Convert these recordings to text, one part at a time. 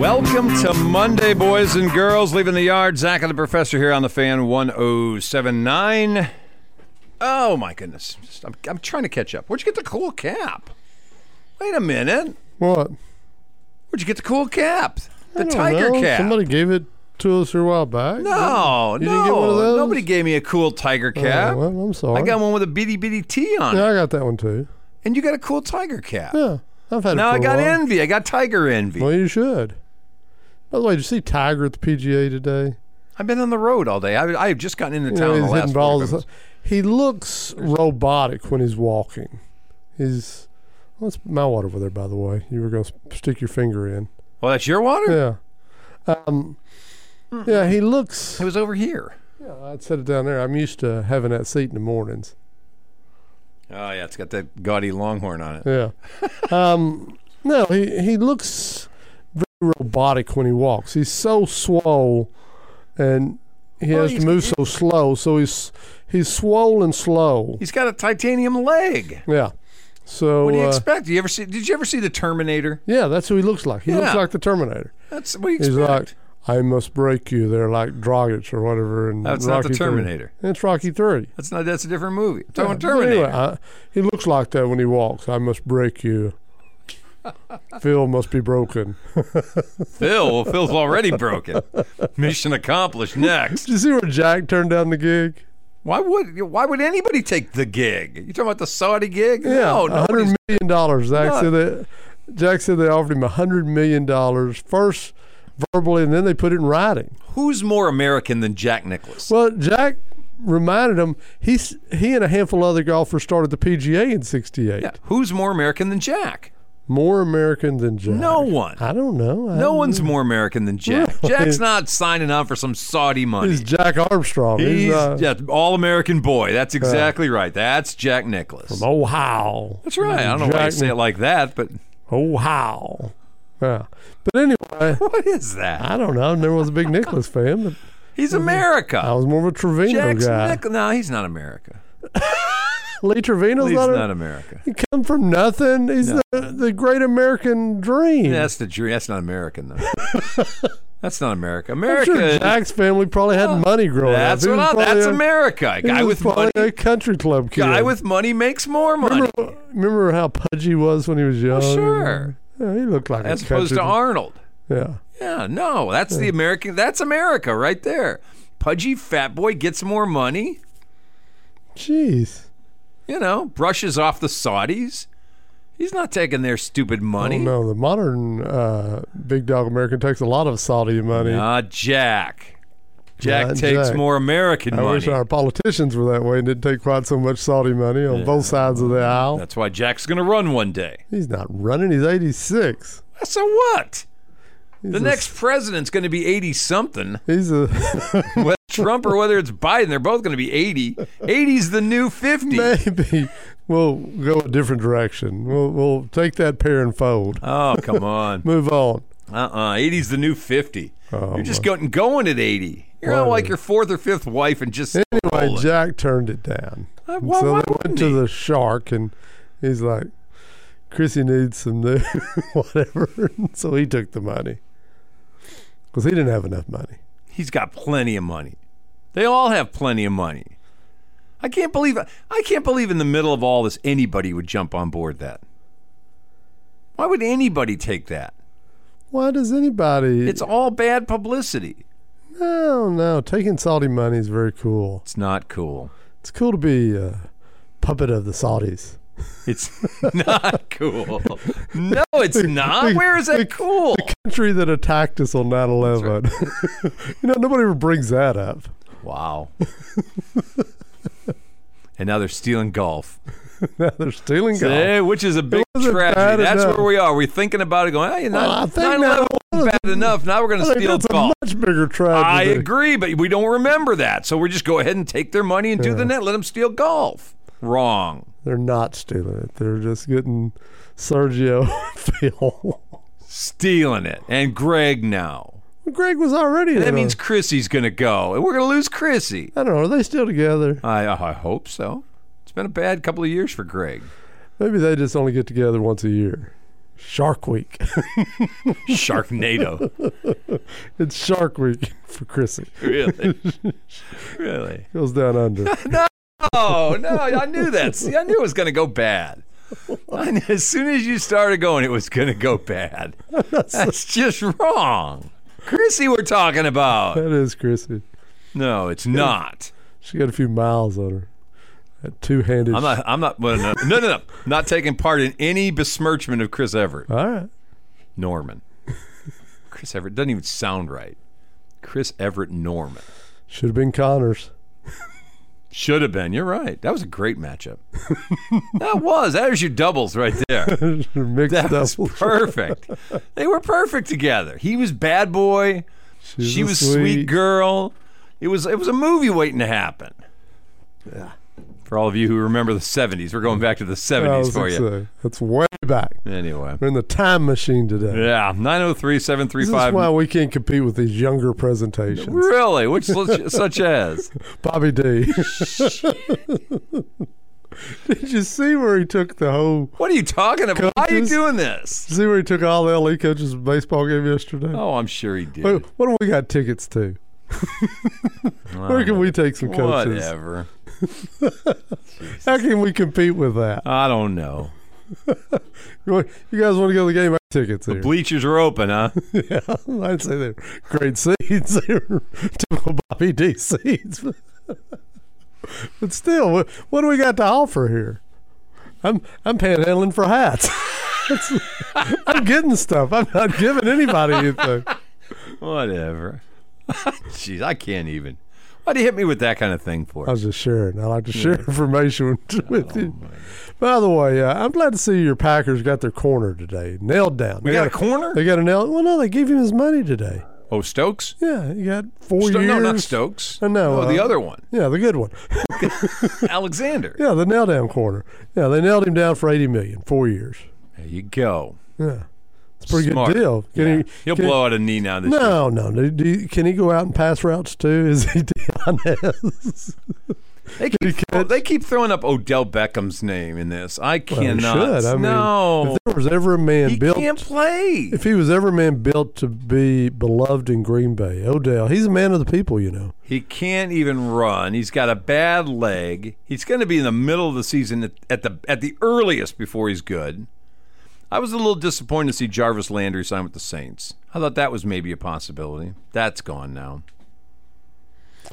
Welcome to Monday, boys and girls. Leaving the yard, Zach and the Professor here on the fan 1079. Oh, my goodness. Just- I'm, I'm trying to catch up. Where'd you get the cool cap? Wait a minute. What? Where'd you get the cool cap? The I don't tiger know. cap. Somebody gave it to us a while back. no, You no. didn't get one of those? Nobody gave me a cool tiger cap. Oh, well, I'm sorry. I got one with a bitty bitty T on Yeah, it. I got that one too. And you got a cool tiger cap. Yeah, I've had it. Now for I a got while. envy. I got tiger envy. Well, you should. By the way, did you see Tiger at the PGA today? I've been on the road all day. I, I have just gotten into You town know, in the he's last hitting balls. 45 He looks robotic when he's walking. He's. Well, that's my water over there, by the way. You were going to stick your finger in. Well, that's your water? Yeah. Um, yeah, he looks. It was over here. Yeah, I'd set it down there. I'm used to having that seat in the mornings. Oh yeah, it's got that gaudy longhorn on it. Yeah. um, no, he, he looks very robotic when he walks. He's so swole, and he Well, has to he's- move so slow. So he's he's swole and slow. He's got a titanium leg. Yeah. So What do you uh, expect? Do you ever see? Did you ever see the Terminator? yeah, that's who he looks like. He Yeah. looks like the Terminator. That's what do you He's expect. like, I must break you. They're like Dragic or whatever. And that's not the Terminator. It's Rocky Three. That's not. That's a different movie. I'm Yeah, talking but Terminator. Anyway, I, he looks like that when he walks. I must break you. Phil must be broken. Phil. Well, Phil's already broken. Mission accomplished. Next. Did you see where Jack turned down the gig? Why would? Why would anybody take the gig? You talking about the Saudi gig? No. a nobody's- hundred million dollars. Jack No. said that. Jack said they offered him a hundred million dollars first verbally, and then they put it in writing. Who's more American than Jack Nicklaus? Well, Jack reminded him he s- he and a handful of other golfers started the PGA in '68. yeah. Who's more American than Jack? More American than Jack. No one. I don't know. I No don't one's more American than Jack. Jack's not signing on for some Saudi know. money. He's Jack Armstrong. He's, He's uh, yeah, all American boy. That's exactly right. That's Jack Nicholas. Ohio. That's right. I don't know why you Jack- say it like that, but Ohio. Yeah. But anyway, what is that? I don't know. I never was a big Nicholas fan, but He's I America. was more of a Trevino Jack's guy. Nicholas. No, he's not America. Lee Trevino's He's not, a- not America. He come from nothing. He's the, the great American dream. That's the dream. That's not American though. that's not America. I'm America. Oh, sure Jack's family probably had money growing that's up. what He was I, probably That's a- America. A he Guy was with probably money. a country club kid. Guy with money makes more money. Oh, remember, remember how pudgy he was when he was young? sure. Yeah, he looked like As a opposed country. to Arnold. yeah. Yeah, no, that's the American. That's America right there. Pudgy fat boy gets more money. Jeez. you know, brushes off the Saudis. He's not taking their stupid Oh, money. no, the modern uh, big dog American takes a lot of Saudi money. Nah, Ah, Jack. Jack Not takes Jack. more American I wish money. our politicians were that way and didn't take quite so much Saudi money on both sides of the aisle. That's why Jack's going to run one day. He's not running. He's 86. So what? He's The a- next president's going to be 80 something. He's a. Whether Trump or whether it's Biden, they're both going to be 80. 80's the new 50. Maybe we'll go a different direction. We'll, we'll take that pair and fold. Oh, come on. Move on. Uh-uh. 80's the new 50. Oh, You're just going, going at 80. You're not like Whatever. your fourth or fifth wife and just Anyway, rolling. Jack turned it down. Uh, And why- so why they wouldn't went to he? the shark, and he's like, Chrissy needs some new whatever. so he took the money because he didn't have enough money. He's got plenty of money. They all have plenty of money. I can't believe I can't believe in the middle of all this anybody would jump on board that. Why would anybody take that? Why does anybody? It's all bad publicity. no, no. Taking Saudi money is very cool. It's not cool. It's cool to be a puppet of the Saudis. It's not cool. No, it's not. Where is that cool? Country that attacked us on 9 11. you know, nobody ever brings that up. Wow. And now they're stealing golf. Now they're stealing golf. Eh, which is a big wasn't bad tragedy. That's enough. where we are. We're thinking about it going, hey, Well, I not, think now, bad enough. Now we're going I to think steal that's golf. a much bigger I tragedy. agree, but we don't remember that. So we just go ahead and take their money and do the Yeah. net. Let them steal golf. Wrong. They're not stealing it. They're just getting Sergio Phil. Stealing it. And Greg now. Greg was already. in That on- means Chrissy's going to go, and we're going to lose Chrissy. I don't know. Are they still together? I, I hope so. It's been a bad couple of years for Greg. Maybe they just only get together once a year. Shark Week. Sharknado. it's Shark Week for Chrissy. really? Really? Goes down under. Oh, no. I knew that. See, I knew it was going to go bad. I knew- as soon as you started going, it was going to go bad. That's just wrong. Chrissy, we're talking about. that is Chrissy. No, it's not. She got a few miles on her. That two-handed. I'm not. I'm not. Well, no, no, no, no. Not taking part in any besmirchment of Chris Everett. All right. Norman. Chris Everett doesn't even sound right. Chris Everett Norman. Should have been Connors. Should have been. You're right. That was a great matchup. that was. That was your doubles right there. Mixed That up. was perfect. They were perfect together. He was bad boy. She's she a was sweet. girl. It was it was a movie waiting to happen. For all of you who remember the 70s, we're going back to the I 70s was for gonna you. say, That's way back. Anyway. We're in the time machine today. Yeah, This is 903-735. why we can't compete with these younger presentations. Really? Which such such as? Bobby D. Did you see where he took the whole? What are you talking about? Why are you Coaches? doing this? See where he took all the LE coaches' baseball game yesterday. Oh, I'm sure he did. Wait, what do we got tickets to? Where can we take some coaches? Whatever. How can we compete with that? I don't know. You Uh, want- you guys want to go to the game? I have Tickets here. Bleachers are open, huh? Yeah, I'd say they're great seeds. They're typical Bobby D seeds. but still, what, what do we got to offer here? I'm I'm panhandling for hats. That's- I'm getting stuff. I'm not giving anybody anything. Whatever. Jeez, I can't even. Why do you hit me with that kind of thing for? I was just sharing. I like to share information with you. Oh, By the way, uh, I'm glad to see your Packers got their corner today nailed down. we they got a got corner? They got a nail. Well, no, they gave him his money today. oh, Stokes? Yeah, he got four Sto- years. no, not Stokes. I know, Oh, the uh, other one. Yeah, the good one. Alexander. Yeah, the nail down corner. Yeah, they nailed him down for eighty million, four years. There you go. Yeah, it's a pretty Smart. good deal. Can he? He'll can- blow out a knee now this year. No, no. Do, do you- can he go out and pass routes too? Is he Dionez? They keep, throw- they keep throwing up Odell Beckham's name in this. I Well, he cannot. should. I mean, no. If there was ever a man he built, can't play. if he was ever a man built to be beloved in Green Bay, Odell, he's a man of the people. You know, He can't even run. He's got a bad leg. He's going to be in the middle of the season at, at the at the earliest before he's good. I was a little disappointed to see Jarvis Landry sign with the Saints. I thought that was maybe a possibility. That's gone now.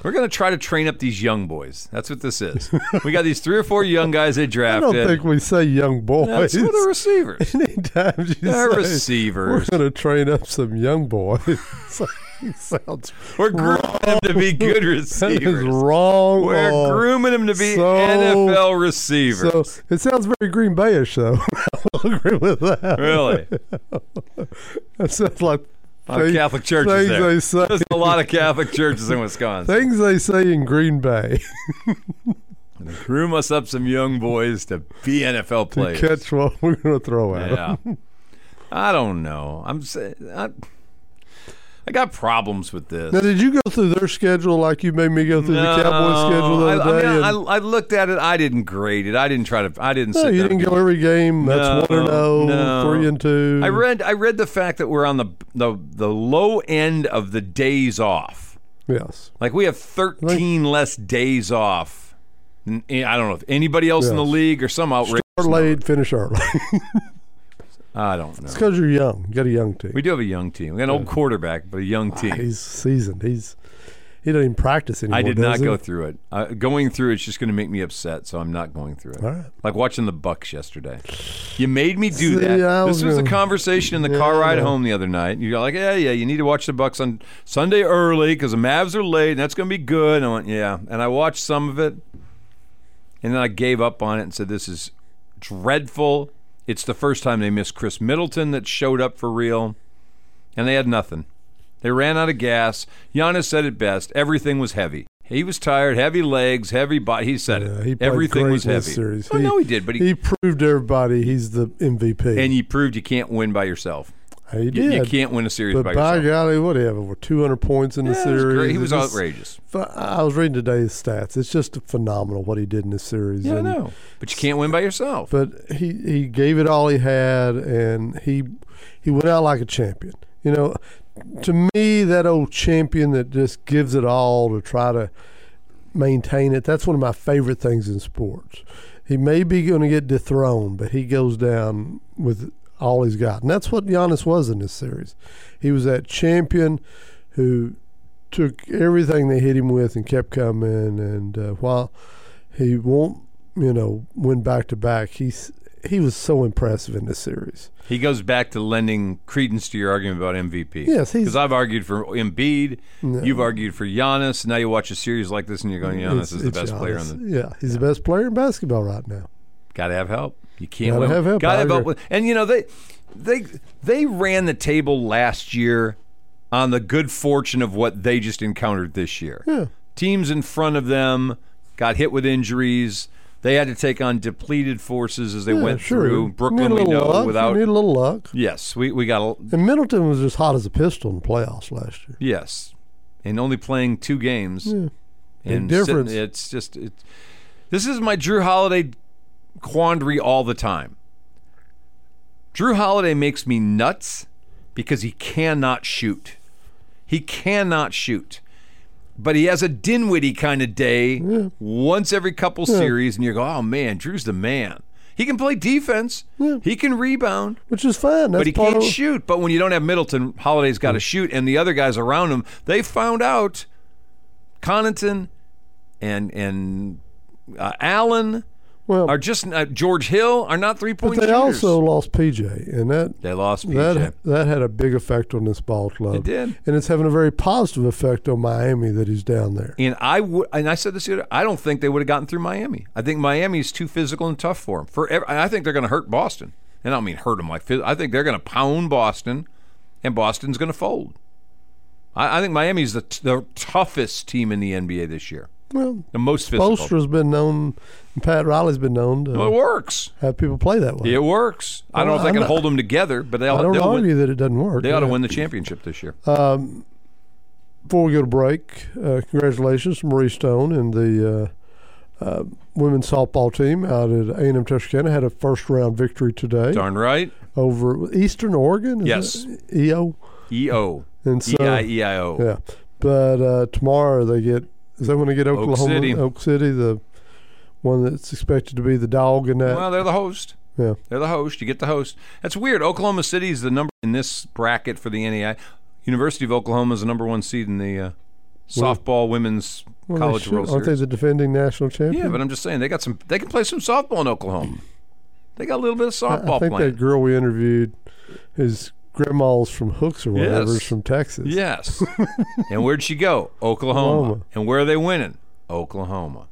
We're going to try to train up these young boys. That's what this is. we got these three or four young guys they I don't drafted. think we say young That's boys. for the receivers. Anytime you They're say we're receivers. going to train up some young boys, sounds We're grooming them to be good that is receivers. wrong. We're on- grooming them to be so- NFL receivers. So it sounds very Green Bayish, though. I'll agree with that. Really? That sounds like lot of thing- Catholic churches things there. they say. There's a lot of Catholic churches in Wisconsin. Things they say in Green Bay Groom us up some young boys to be NFL to players. catch what we're going to throw at 'em. yeah. I don't know. I'm sa- I, I got problems with this. Now, did you go through their schedule like you made me go through the Cowboys No, schedule the I, other I day? mean, I, and- I looked at it. I didn't grade it. I didn't try to. I didn't. no, sit you down didn't and go every game. That's No, one and no. zero, three and two. I read. I read the fact that we're on the the the low end of the days off. Yes, Like we have 13 less days off. N- I don't know if anybody else in the Yes. league or some outrageous. start late, finish early. I don't know. Because you're young, you got a young team. We do have a young team. We got an old quarterback, but a young team. He's seasoned. He's he doesn't even practice anymore. I did does not he? go through it. Uh, going through it's just going to make me upset, so I'm not going through it. All right. Like watching the Bucks yesterday. You made me do See, that. I this was was a gonna- conversation in the car Yeah, ride yeah. home the other night. You're like, yeah, yeah, you need to watch the Bucks on Sunday early because the Mavs are late, and that's going to be good. And I went, yeah. And I watched some of it, and then I gave up on it and said, this is dreadful. It's the first time they missed Chris Middleton that showed up for real, and they had nothing. They ran out of gas. Giannis said it best. Everything was heavy. He was tired, heavy legs, heavy body. He said Yeah, it. he played Everything great was in heavy. this series. Oh, He- no, he did, but he, He proved to everybody he's the MVP. and you proved you can't win by yourself. He You, did. you can't win a series but by by yourself. golly, what do you have over 200 points in the Yeah, it was series? great. He It's was just- outrageous. ph- I was reading today's stats. It's just phenomenal what he did in this series. Yeah, I and- know. But you can't win by yourself. But he, he gave it all he had, and he he went out like a champion. You know, to me, that old champion that just gives it all to try to maintain it. That's one of my favorite things in sports. He may be going to get dethroned, but he goes down with all he's got, and that's what Giannis was in this series. He was that champion who took everything they hit him with and kept coming. And uh, while he won't, you know, win back to back, he's he was so impressive in this series. He goes back to lending credence to your argument about MVP. Yes, he's- because I've argued for Embiid, you've argued for Giannis. Now you watch a series like this and you're going, Giannis It's- is the it's best player on Giannis. the. yeah, he's the best player in basketball right now. Got to have help. You can't Gotta win- have help, Gotta I have help. agree. with- And you know they, they, they ran the table last year on the good fortune of what they just encountered this year. Teams in front of them got hit with injuries. They had to take on depleted forces as they Yeah, went sure. through. Brooklyn, need a we little know luck. without. need a little luck. yes, we we got a, And Middleton was just hot as a pistol in the playoffs last year. Yes, and only playing two games. And Big difference. sitting- It's just it. This is my Drew Holiday quandary all the time. Drew Holiday makes me nuts because he cannot shoot. He cannot shoot. But he has a Dinwiddie kind of day once every couple series, and you go, oh man, Drew's the man. He can play defense. He can rebound Which is fine. That's Hmm. but he part can't of, shoot. But when you don't have Middleton, Holiday's got to shoot, and the other guys around him, they found out Connaughton and and uh, Allen Well, are just uh, George Hill are not three point but they shooters. also lost PJ, and that they lost PJ. that that had a big effect on this ball club. It did. and it's having a very positive effect on Miami that he's down there. and I would, and I said this the other. I don't think they would have gotten through Miami. I think Miami is too physical and tough for them. For ev- I think they're going to hurt Boston, and I don't mean hurt them like. phys- I think they're going to pound Boston, and Boston's going to fold. I, I think Miami's the, t- the toughest team in the NBA this year. Well, The most physical. Bolster's been known, and Pat Riley's been known to Well, it works. have people play that way. It works. I don't know if they I'm can not- hold them together, but they'll, I don't they'll win, argue that it doesn't work. they ought to Yeah. Uh, win the championship this year. Before we go to break, uh, congratulations to Marie Stone and the uh, uh, women's softball team out at A&M Texarkana had a first round victory today Darn right. over Eastern Oregon. is Yes. it? EO. EO. And E so, E-I-E-I-O. Yeah, but uh, tomorrow they get. Is that when they get Oklahoma City. Oak City, the one that's expected to be the dog in that? Well, they're the host. yeah, They're the host. You get the host. That's weird. Oklahoma City is the number in this bracket for the NEI. University of Oklahoma is the number one seed in the uh, softball women's Well, they college should- world aren't series. they the defending national champion? yeah, but I'm just saying they got some. They can play some softball in Oklahoma. They got a little bit of I, I softball think playing. that girl we interviewed, his grandma's from Hooks or whatever, Yes. is from Texas. Yes. and where'd she go? Oklahoma. Oklahoma. And where are they winning? Oklahoma.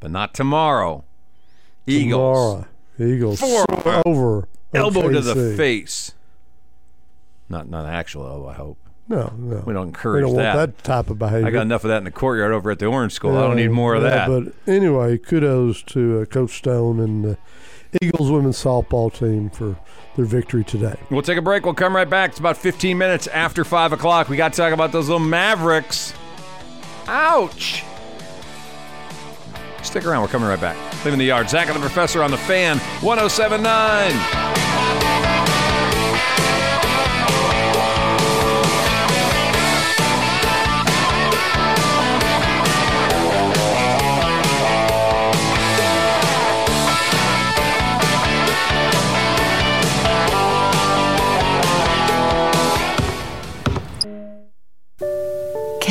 But not tomorrow. Eagles. Laura, Eagles Four. over Elbow to the OKC. face. Not not an actual elbow, I hope. No, no, We don't we encourage don't that. want that type of behavior. I got enough of that in the courtyard over at the Orange School. I don't need more of Uh, Yeah, that. But anyway, kudos to uh, Coach Stone and the Eagles women's softball team for their victory today. We'll take a break. We'll come right back. It's about 15 minutes after 5 o'clock. We got to talk about those little Mavericks. Ouch. Stick around. We're coming right back. Leaving the yard. Zach and the professor on the fan 1079.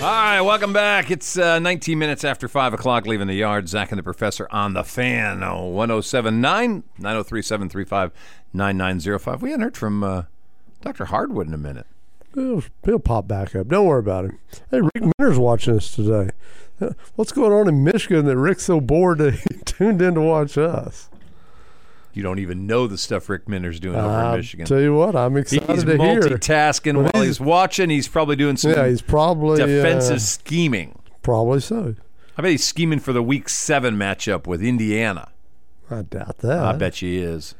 welcome back. It's uh, 19 minutes after 5 o'clock, leaving the yard. Zach and the professor on the fan. Oh, 1079 903 735 9905. We hadn't heard from uh, Dr. Hardwood in a minute. He'll, he'll pop back up. Don't worry about him. Hey, Rick Minner's watching us today. Uh, What's going on in Michigan that Rick's so bored that he tuned in to watch us? You don't even know the stuff Rick Minner's doing over in I Michigan. tell you what, I'm excited he's to hear. multitasking while he's watching. He's probably doing some Yeah, he's probably uh, defensive scheming. probably so. I bet he's scheming for the Week 7 matchup with Indiana. I doubt that. I bet she is.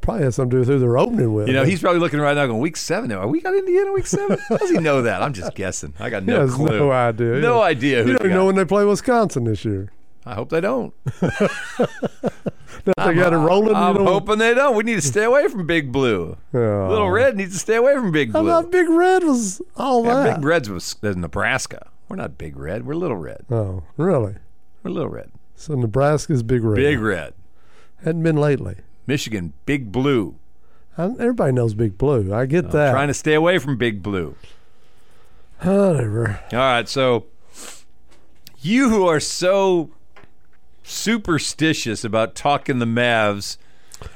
Probably has something to do with who they're opening with. You know, he's probably looking right now going, Week seven now. Are we got Indiana week seven? How does he know that? I'm just guessing. I got He no has clue. no idea. He No don't- idea who You they don't got. know when they play Wisconsin this year. I hope they don't. That they got it rolling. I'm you know, hoping they don't. We need to stay away from Big Blue. Yeah. Little Red needs to stay away from Big I Blue. thought Big Red was all Yeah, that. Big Red's was that's Nebraska. We're not Big Red. We're Little Red. Oh, really? We're Little Red. So Nebraska's Big Red. Big Red. Hadn't been lately. Michigan, Big Blue. I, everybody knows Big Blue. I get that. Trying to stay away from Big Blue. Whatever. All right, so you who are so superstitious about talking the Mavs,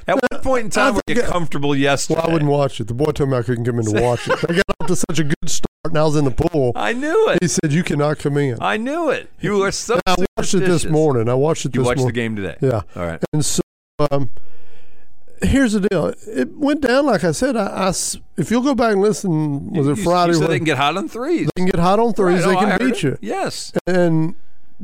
at what point in time were you think- uh, comfortable yesterday? Well, I wouldn't watch it. The boy told me I couldn't come in to watch it. They got off to such a good start, and I was in the pool. I knew He it. said, "You cannot come in." I knew it. You are so I watched it this superstitious. morning. I watched it You this watched the morning. game today. Yeah. All right. And so, um, here's the deal. It went down, like I said. I, I s- if you'll go back and listen, was it You- Friday? You said when- they can get hot on threes. they can get hot on threes. Right, they oh, I can heard beat it. you. Yes. And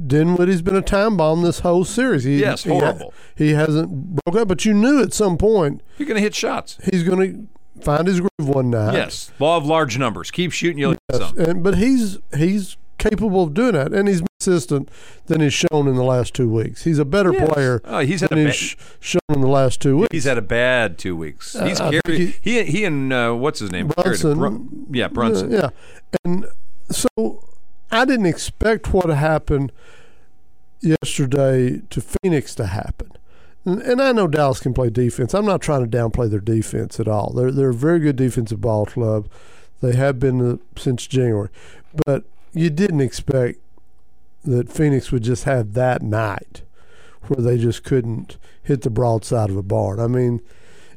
Dinwiddie's been a time bomb this whole series. He, Yes, he- horrible. He, hasn't broke up, but you knew at some point You're going to hit shots. he's going to find his groove one night. Yes. Law of large numbers. Keep shooting, you'll hit some. And but he's he's capable of doing that, and he's more consistent than he's shown in the last two weeks. He's a better Yes. player Oh, he's had than a he's ba- sh- shown in the last two weeks. He's had a bad two weeks. He's I think carried. He, he and uh, what's his name? Carried a Uh, Brunson. yeah, Brunson. Yeah, and so I didn't expect what happened yesterday to Phoenix to happen. And, and I know Dallas can play defense. I'm not trying to downplay their defense at all. They're they're a very good defensive ball club. They have been uh, since January, but you didn't expect that Phoenix would just have that night where they just couldn't hit the broadside of a barn. I mean,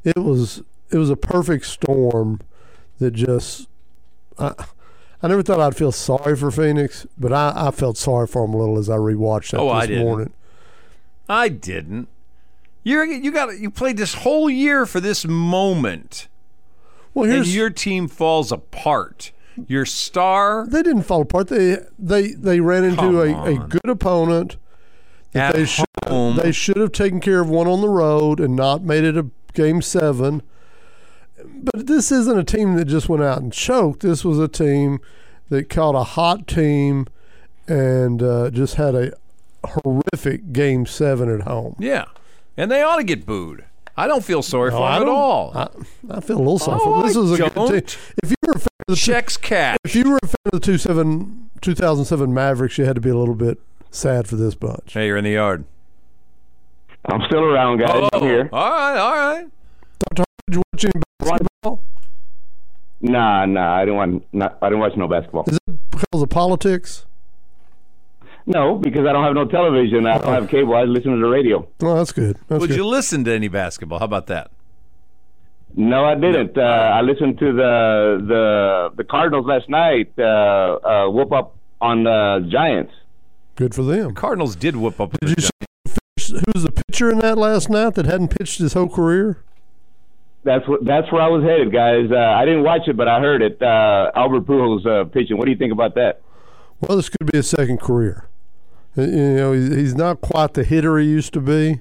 it was it was a perfect storm that just I, I never thought I'd feel sorry for Phoenix, but I, I felt sorry for him a little as I rewatched that Oh, this I didn't. morning. I didn't. You're you got you played this whole year for this moment, Well, and here's your team falls apart. Your star they didn't fall apart. They they they ran Come into a, a on. good opponent. at they should- home. They should have taken care of one on the road and not made it a game seven. But this isn't a team that just went out and choked. This was a team that caught a hot team and uh, just had a horrific game seven at home. yeah, and they ought to get booed. I don't feel sorry for No, them I at don't- all. I, I feel a little sorry No, for this I is a good don't. team. If you were a fan of the Checks cat. if you were a fan of the two seven, 2007 Mavericks, you had to be a little bit sad for this bunch. Hey, you're in the yard. I'm still around, guys. Oh, I'm here. all right, all right. Did you watch any basketball? Nah, nah. I didn't want. Not, I didn't watch no basketball. Is that because of politics? No, because I don't have no television. I don't have cable. I listen to the radio. No, that's good. That's Would good. you listen to any basketball? How about that? No, I didn't. Uh, I listened to the the the Cardinals last night. Uh, uh, whoop up on the Giants. good for them. Cardinals did whoop up. Did you see who was the pitcher in that last night that hadn't pitched his whole career? That's what. That's where I was headed, guys. Uh, I didn't watch it, but I heard it. Uh, Albert Pujols uh, pitching. What do you think about that? Well, this could be his second career. Uh, You know, he's he's not quite the hitter he used to be,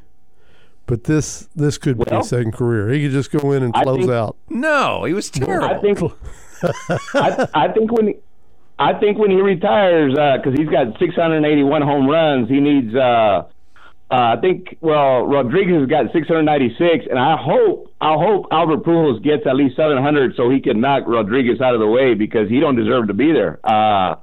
but this this could be Well, his second career. He could just go in and I close think- out. no, he was terrible. I think. I, I think when. I think when he retires, because he's got 681 home runs, he needs. Uh, uh, I think well, Rodriguez has got 696, and I hope I hope Albert Pujols gets at least 700 so he can knock Rodriguez out of the way because he don't deserve to be there. Uh,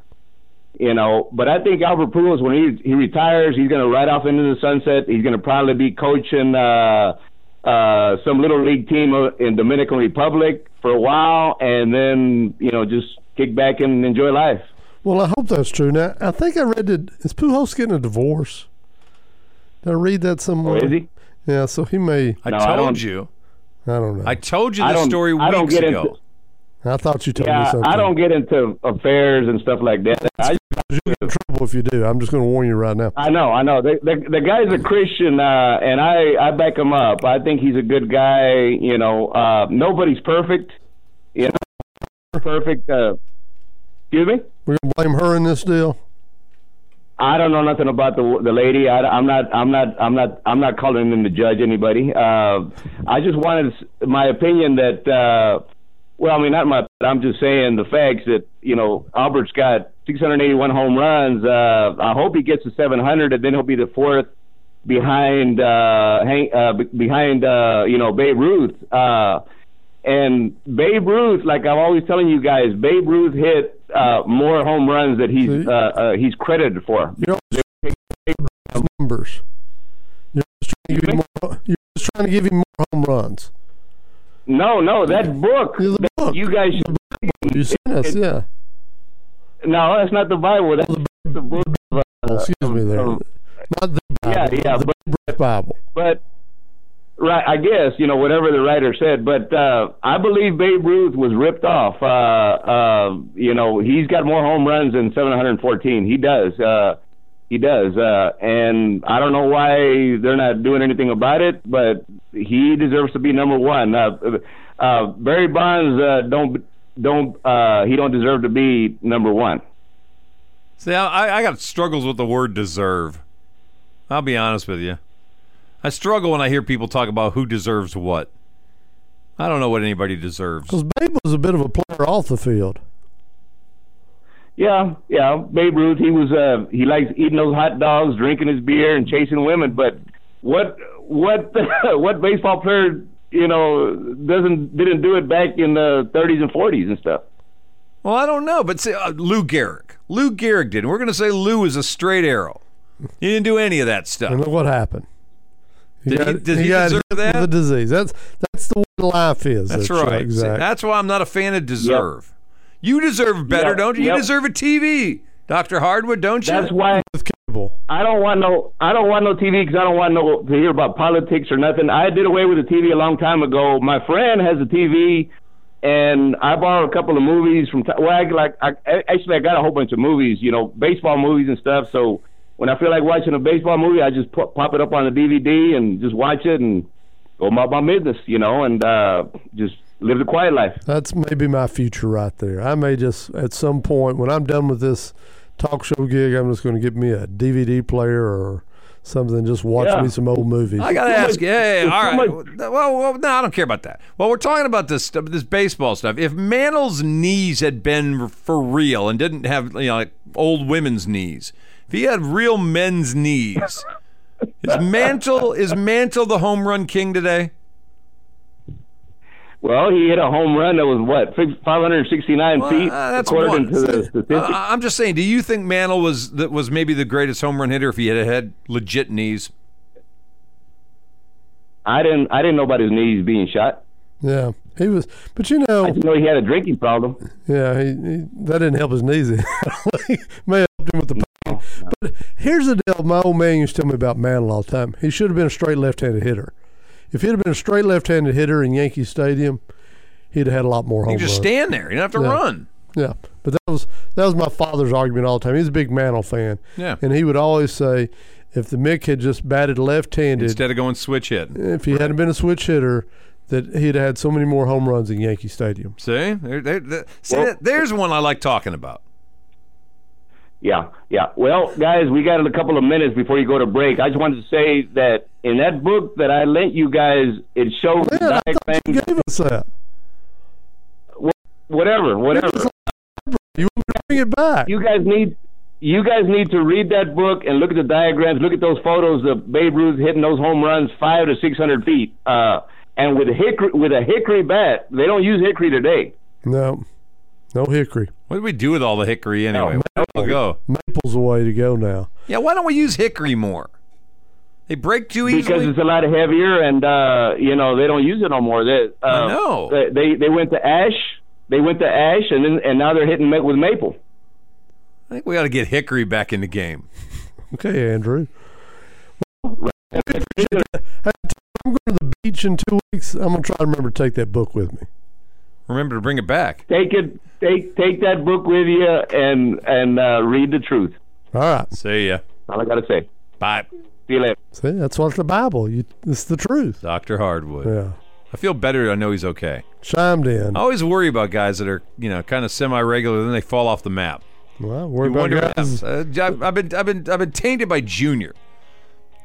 you know, but I think Albert Pujols when he he retires, he's going to ride off into the sunset. He's going to probably be coaching uh, uh, some little league team uh, in Dominican Republic for a while, and then you know just kick back and enjoy life. Well, I hope that's true. Now, I think I read that is Pujols getting a divorce. Did I read that Oh, somewhere? is he? Yeah, so he may. I No, I told don't- you. I don't know. I I, told you I this don't- story weeks I don't get ago. into- thought you told me Yeah, something. I don't get into affairs and stuff like that. I, in trouble if you do. I'm just going to warn you right now. I know, I know. The, the, the guy's a Christian, uh, and I, I back him up. I think he's a good guy. You know, uh, nobody's perfect. You know, perfect. Uh, excuse me. We're going to blame her in this deal. I don't know nothing about the the lady. I, am not. I'm not. I'm not. I'm not calling them to judge anybody. Uh, I just wanted s- my opinion that. Uh, well, I mean, not my. I'm just saying the facts that you know Albert's got 681 home runs. Uh, I hope he gets to 700, and then he'll be the fourth behind uh, hang, uh, be- behind uh, you know Babe Ruth. Uh, and Babe Ruth, like I'm always telling you guys, Babe Ruth hit uh, more home runs that he's See? uh, uh, he's credited for. You're always numbers. You're just, trying to give him more, you're just trying to give him more home runs. No, no, that book. Yeah, the that book. You uh, guys. should- You sent us, yeah. No, that's not the Bible. That's the book. Of, uh, Excuse me there. um, Not the yeah, Bible. yeah, but the Bible. but right, I guess you know whatever the writer said. But uh, I believe Babe Ruth was ripped off. Uh, uh, you know, he's got more home runs than 714. He does. Uh, he does. Uh, and I don't know why they're not doing anything about it, but he deserves to be number one. Uh, uh, Barry Bonds uh, don't don't uh, he don't deserve to be number one. See, I, I got struggles with the word deserve. I'll be honest with you. I struggle when I hear people talk about who deserves what. I don't know what anybody deserves. Because Babe was a bit of a player off the field. Yeah, yeah. Babe Ruth, he was uh he likes eating those hot dogs, drinking his beer and chasing women, but what what what baseball player, you know, doesn't didn't do it back in the 30s and 40s and stuff. Well, I don't know, but see, uh, Lou Gehrig. Lou Gehrig did. We're going to say Lou is a straight arrow. He didn't do any of that And stuff. look what happened. He Did he- got- did he got deserve hit with that? The disease. That's that's the way life is. uh, That's right. See, Exactly. that's why I'm not a fan of deserve. You deserve better, Yep, don't you? You yep. deserve a TV, Doctor Hardwood, don't you? That's why With cable. I don't want no I don't want no TV because I don't want no to hear about politics or nothing. I did away with the TV a long time ago. My friend has a TV, and I borrowed a couple of movies from. ti- Well, I, like I I- actually I got a whole bunch of movies, you know, baseball movies and stuff. So when I feel like watching a baseball movie, I just pop, pop it up on the DVD and just watch it and go about my business, you know, and uh, just live the quiet life. That's maybe my future right there. I may just at some point when I'm done with this talk show gig, I'm just going to get me a DVD player or something. Just watch Yeah. me some old movies. I gotta ask. you. Hey, all right. too much- Well, well, no, I don't care about that. Well, we're talking about this stuff- this baseball stuff. If Mantle's knees had been for real and didn't have you know like old women's knees, if he had real men's knees, is Mantle is Mantle the home run king today? Well, he hit a home run that was what five hundred sixty nine Well, feet uh, that's according one. to the statistics. Uh, I'm just saying. Do you think Mantle was that was maybe the greatest home run hitter if he had had legit knees? I didn't. I didn't know about his knees being shot. Yeah, he was, but you I know, didn't know he had a drinking problem. yeah, he, he that didn't help his knees. It may have helped him with the pain. But here's the deal: my old man used to tell me about Mantle all the time. He should have been a straight left-handed hitter. If he'd have been a straight left-handed hitter in Yankee Stadium, he'd have had a lot more home You just runs. stand there. You don't have to run. Yeah, but that was that was my father's argument all the time. He's a big Mantle fan. Yeah. and he would always say, if the Mick had just batted left-handed, Instead of going switch hit. if he hadn't been a switch hitter, that he'd have had so many more home runs in Yankee Stadium. See, there, there, there- see Well- that, there's one I like talking about. Yeah, yeah. Well, guys, we got a couple of minutes before you go to break. I just wanted to say that in that book that I lent you guys, it shows Man, I thought you diagrams, gave us that. whatever, whatever. You want me to bring it back? You guys need. You guys need to read that book and look at the diagrams. Look at those photos of Babe Ruth hitting those home runs five to six hundred feet, uh, and with a hickory with a hickory bat. They don't use hickory today. no, no hickory. What do we do with all the hickory anyway? No, Where do we go? Maple's the way to go now. Yeah, why don't we use hickory more? They break too because easily. it's a lot heavier and uh you know they don't use it no more they uh, I know. they, they they went to ash they went to ash and then and now they're hitting ma- with maple I think we ought to get Hickory back in the game. Okay, Andrew. Hey, I'm going to the beach in two weeks. I'm going to try to remember to take that book with me. Remember to bring it back. Take it, take take that book with you and and uh, read the truth. All right. See ya. All I gotta say. Bye, See you later. See, that's what the Bible. You, it's the truth. Dr. Hardwood. Yeah. I feel better. I know he's okay. Chimed in. I always worry about guys that are, you know, kind of semi-regular, then they fall off the map. Well, worry You about wonder. guys. Uh, I've I've been, I've been, I've been tainted by Junior.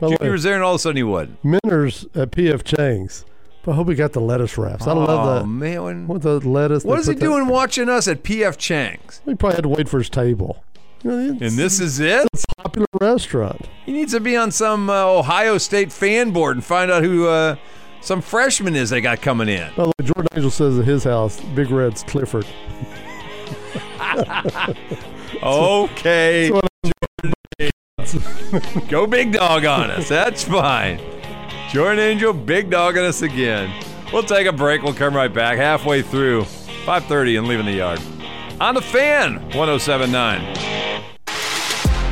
By the way, Junior was there, and all of a sudden he wasn't. Minner's at PF Chang's. But I hope we got the lettuce wraps. I oh love that. man, What the lettuce? what they is he put that- doing watching us at PF Chang's? We probably had to wait for his table. You know, it's And this is it. a popular restaurant. He needs to be on some uh, Ohio State fan board and find out who uh, some freshman is they got coming in. By the way, Jordan Angel says at his house, Big Red's Clifford. Okay. Go big dog on us. That's fine. Jordan Angel, big dog on us again. We'll take a break. We'll come right back halfway through 5:30 and leaving the yard. On the fan 1079.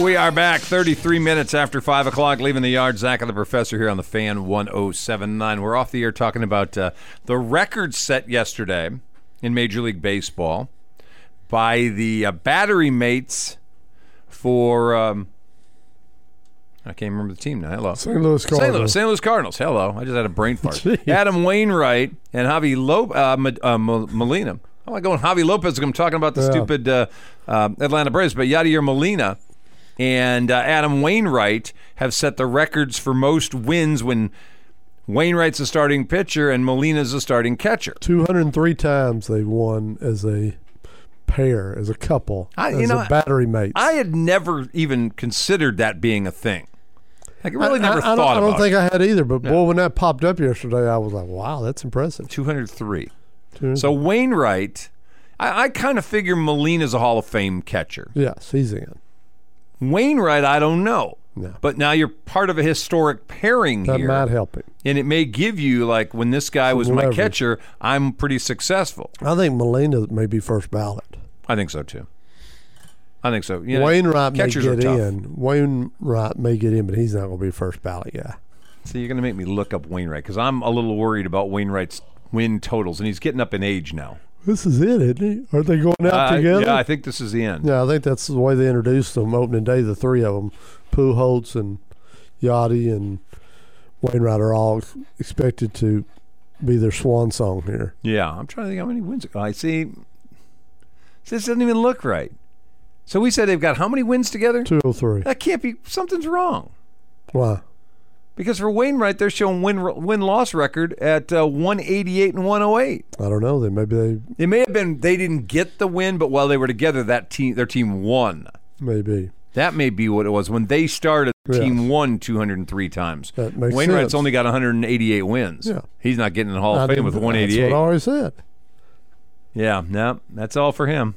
We are back 33 minutes after 5 o'clock, leaving the yard. Zach and the professor here on the fan 1079. We're off the air talking about uh, the record set yesterday in Major League Baseball by the uh, battery mates for. Um, I can't remember the team now. Hello. St. Louis St. Cardinals. Louis, St. Louis Cardinals. Hello, I just had a brain fart. Adam Wainwright and Javi Lopez, uh, Ma- uh, Mo- Molina. Oh, I go on Javi Lopez. 'cause I'm talking about the Yeah. stupid uh, uh, Atlanta Braves, but Yadier Molina and uh, Adam Wainwright have set the records for most wins when Wainwright's a starting pitcher and Molina's a starting catcher. 203 times they've won as a pair, as a couple, I- you as know, a battery mate. I had never even considered that being a thing. Like, I really never I, I don't, thought I about don't think it. I had either, but boy, when that popped up yesterday, I was like, wow, that's impressive. 203. 203. So Wainwright, I, I kind of figure Molina's a Hall of Fame catcher. Yes, he's in. Wainwright, I don't know. No. But now you're part of a historic pairing That here, might help him. and it may give you like when this guy was my leverage. catcher, I'm pretty successful. I think Molina may be first ballot. I think so too. I think so. You know, Wainwright may catchers are get tough. in. Wainwright may get in, but he's not going to be first ballot guy. So you're going to make me look up Wainwright because I'm a little worried about Wainwright's win totals, and he's getting up in age now. This is it, isn't he? Are they going out Uh, together? yeah, I think this is the end. Yeah, I think that's the way they introduced them opening day. The three of them, Pujols and Yachty and Wainwright, are all ex- expected to be their swan song here. Yeah, I'm trying to think how many wins. I see. see, This doesn't even look right. So we said they've got how many wins together? Two or three. That can't be. Something's wrong. Why? Because for Wainwright, they're showing win win loss record at uh, 188 and 108. I don't know. Then maybe they It may have been they didn't get the win, but while they were together, that team their team won. maybe. That may be what it was when they started. Yeah. Team won 203 times. That makes Wainwright's sense. only got 188 wins. Yeah. he's not getting in the Hall I of Fame didn't- with That's what I 188. always said. Yeah, no, that's all for him.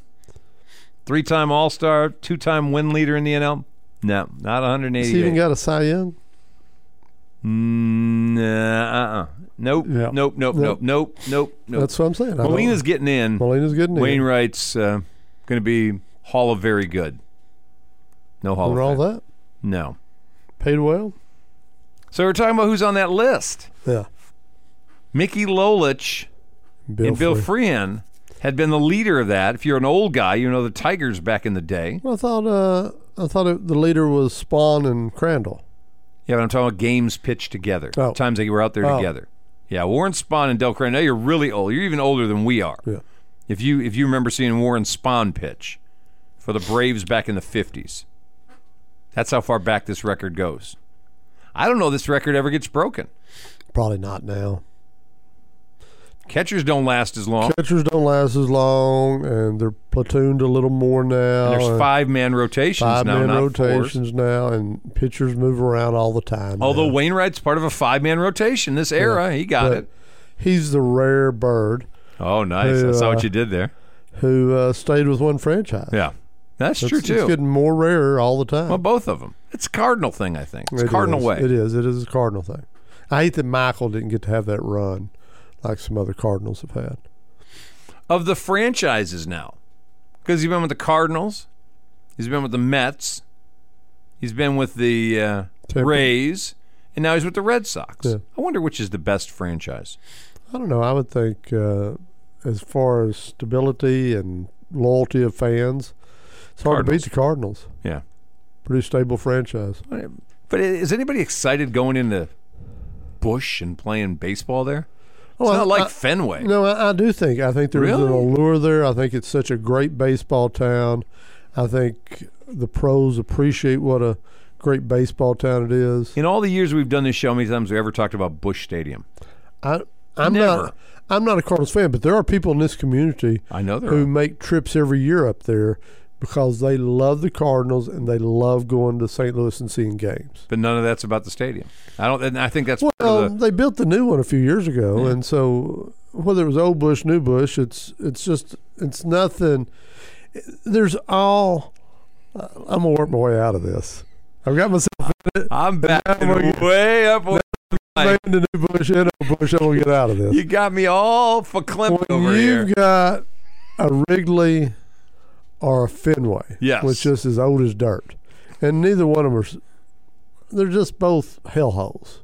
Three-time All-Star, two-time win leader in the NL. No, not Has he 188. even got a Cy Young? Mm, nah, uh-uh. Nope, Yeah. nope, nope, nope, Nope. nope, nope, nope. That's what I'm saying. I don't- Molina's getting in. Molina's getting in. Wainwright's uh, going to be Hall of Very Good. No Hall Remember all of Fame. that? No. Paid well? So we're talking about who's on that list. Yeah. Mickey Lolich Bill and Bill Free- Freehan had been the leader of that. If you're an old guy, you know the Tigers back in the day. I thought uh, I thought it, the leader was Spawn and Crandall. Yeah, but I'm talking about games pitched together. Oh. Times they were out there Oh. together. Yeah, Warren Spahn and Del Crane. Now you're really old. You're even older than we are. Yeah. If you if you remember seeing Warren Spahn pitch for the Braves back in the fifties, that's how far back this record goes. I don't know this record ever gets broken. Probably not now. Catchers don't last as long. Pitchers don't last as long, and they're platooned a little more now. There's and five man rotations five now, man not fours. rotations now, and pitchers move around all the time. Although now. Wainwright's part of a five man rotation this era, he got But it. he's the rare bird Oh, nice! I saw uh, what you did there. who uh, stayed with one franchise. Yeah, that's It's- true it's, too. getting more rare all the time. Well, both of them. It's a cardinal thing, I think. It's It cardinal is. way. It is. It is a cardinal thing. I hate that Michael didn't get to have that run like some other Cardinals have had. Of the franchises now, because he's been with the Cardinals, he's been with the Mets, he's been with the uh, Tampa. Rays, and now he's with the Red Sox. Yeah. I wonder which is the best franchise. I don't know. I would think, uh, as far as stability and loyalty of fans, it's hard to beat the Cardinals. Yeah. Pretty stable franchise. But i- is anybody excited going into Bush and playing baseball there? Oh, It's not like I, Fenway. no, I, I do think. I think there's an Really? allure there. I think it's such a great baseball town. I think the pros appreciate what a great baseball town it is. In all the years we've done this show, how many times we ever talked about Bush Stadium? I, I'm Never. not. I'm not a Cardinals fan, but there are people in this community I know there who are. make trips every year up there because they love the Cardinals and they love going to St. Louis and seeing games. But none of that's about the stadium. I don't. And I think that's part Well, of the, they built the new one a few years ago, and so whether it was old Bush, new Bush, it's it's just it's nothing. There's all. uh, I'm gonna work my way out of this. I've got myself I'm back we're- way up. I- into new Bush and old Bush. I'm gonna get out of this. You got me all for Clem when over here. you've got a Wrigley or a Fenway, Yes. which just as old as dirt, and neither one of them are, s- they're just both hellholes.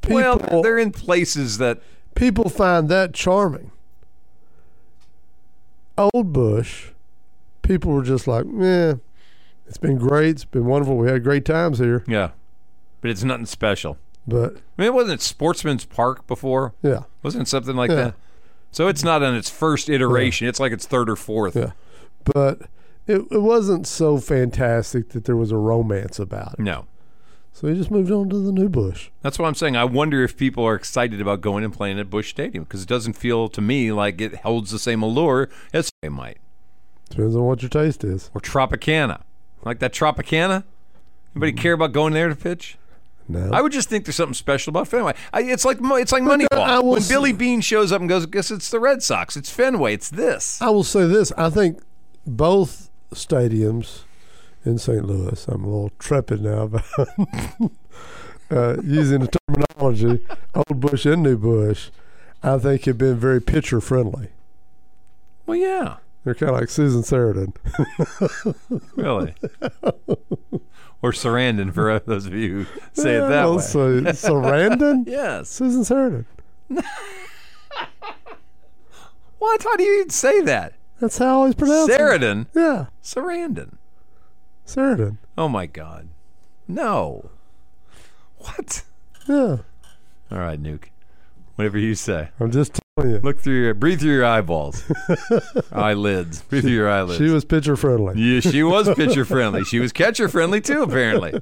People, well, they're in places that people find that charming. Old Bush, people were just like, "Yeah, it's been great. It's been wonderful. We had great times here." yeah, but it's nothing special. But I mean, it wasn't Sportsman's Park before, yeah, wasn't it something like Yeah. that? So it's not on its first iteration. It's like its third or fourth. Yeah. but it, it wasn't so fantastic that there was a romance about it. No, So he just moved on to the new bush. that's what I'm saying. I wonder if people are excited about going and playing at Bush Stadium because it doesn't feel to me like it holds the same allure as they might Depends on what your taste is. or Tropicana, like that Tropicana. Anybody care about going there to pitch? No. I would just think there's something special about Fenway. I, it's like mo- it's like Moneyball. I will when s- Billy Bean shows up and goes, "Guess it's the Red Sox. It's Fenway. It's this." I will say this. I think both stadiums in St. Louis, I'm a little trepid now about uh, using the terminology, old bush and new bush, I think have been very pitcher friendly. Well, yeah, They're kind of like Susan Sarandon. really. or Sarandon for those of you who say it that I'll way. say Sarandon? Yes. Susan Sarandon. What? How do you even say that? That's how I always pronounce it. Sarandon. Yeah, Sarandon. Sarandon. Oh my God. No. What? Yeah, All right, Nuke. Whatever you say. I'm just telling you. Look through your breathe through your eyeballs, eyelids. Breathe through your eyelids. She was pitcher friendly. Yeah, she was pitcher friendly. She was catcher friendly too, apparently.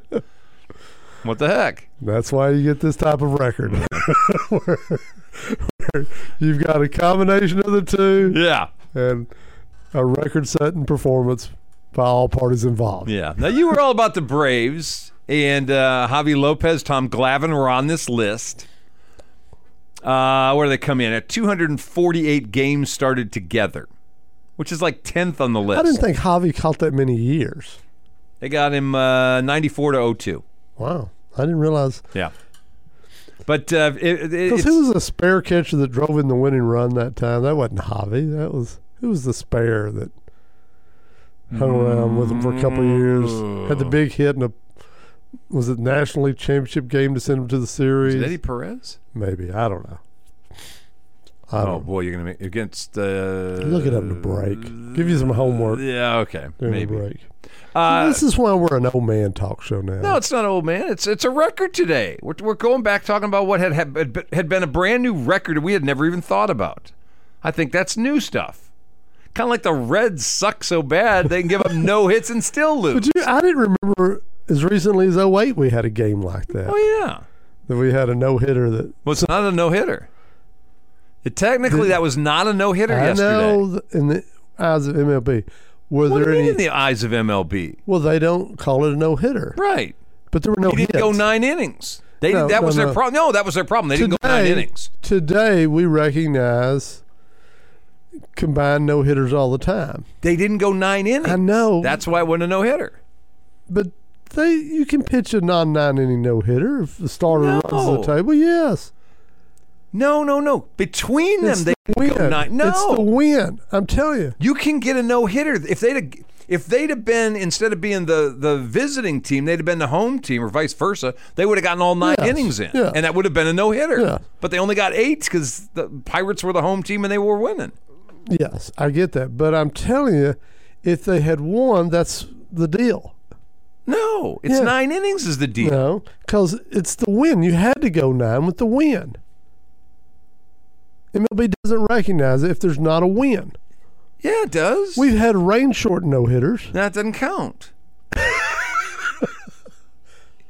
What the heck? That's why you get this type of record. where, where you've got a combination of the two Yeah. and a record setting performance by all parties involved. Yeah. Now you were all about the Braves and uh, Javi Lopez, Tom Glavine were on this list. Uh, where do they come in at 248 games started together, which is like 10th on the list. I didn't think Javi caught that many years. they got him uh, 94 to 02. Wow. I didn't realize. Yeah. But uh, it, it, Because it's, who was the spare catcher that drove in the winning run that time? That wasn't Javi. That was who was the spare that hung around with him for a couple of years. Mm. Had the big hit in a was it National League Championship game to send him to the series? Eddie Perez? Maybe I don't know. I Oh don't boy, you're gonna make against uh, the. look it up in the break. Give you some homework Yeah. Okay. during Maybe. the break. Uh, this is why we're an old man talk show now. No, it's not old man. It's it's a record today. We're, we're going back talking about what had, had had been a brand new record we had never even thought about. I think that's new stuff. Kind of like the Reds suck so bad they can give up no hits and still lose. But you, I didn't remember as recently as 08 we had a game like that. oh yeah. That we had a no hitter that Well, it's not a no hitter. Technically, that was not a no hitter I yesterday. know th- in the eyes of MLB. Were What do there you mean any? in the eyes of MLB? well, they don't call it a no hitter, Right. but there were no He didn't hits. go nine innings. They No, did, that no, was their no. problem. No, that was their problem. They didn't go nine innings. Today we recognize combined no hitters all the time, They didn't go nine innings. know. That's why it wasn't a no hitter. but they you can pitch a non nine inning no hitter if the starter No. runs the table. Yes, No, no, no. Between them, It's they the could go win. nine. It's the No, win. I'm telling you. you can get a no hitter if they'd if they'd have been instead of being the the visiting team, they'd have been the home team or vice versa. They would have gotten all nine Yes. innings in, Yeah. and that would have been a no hitter. Yeah. But they only got eight because the Pirates were the home team and they were winning. Yes, I get that, but I'm telling you, if they had won, that's the deal. No, it's Yeah. nine innings is the deal. No, because it's the win. You had to go nine with the win. MLB doesn't recognize it if there's not a win. Yeah, it does. We've had rain short no hitters. that doesn't count.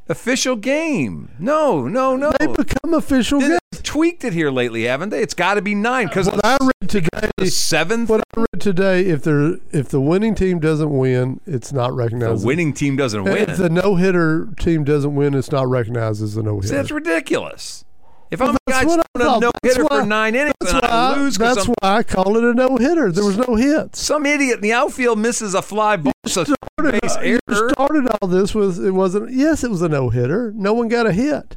Official game. No, no, no. They become official games. They've tweaked it here lately, haven't they? It's got to be nine because What I read the today, seventh what I read today, if there if the winning team doesn't win, it's not the recognized. winning team doesn't win. If the no hitter team doesn't win, it's not recognized as a no hitter. that's ridiculous. If I'm a That's guy what I throwing a thought. no That's hitter for why- nine innings That's and I why, lose because that's some, why I call it a no hitter. There was no hits. some idiot in the outfield misses a fly ball, so started- base you error. started all this with it wasn't. Yes, it was a no hitter. No one got a hit.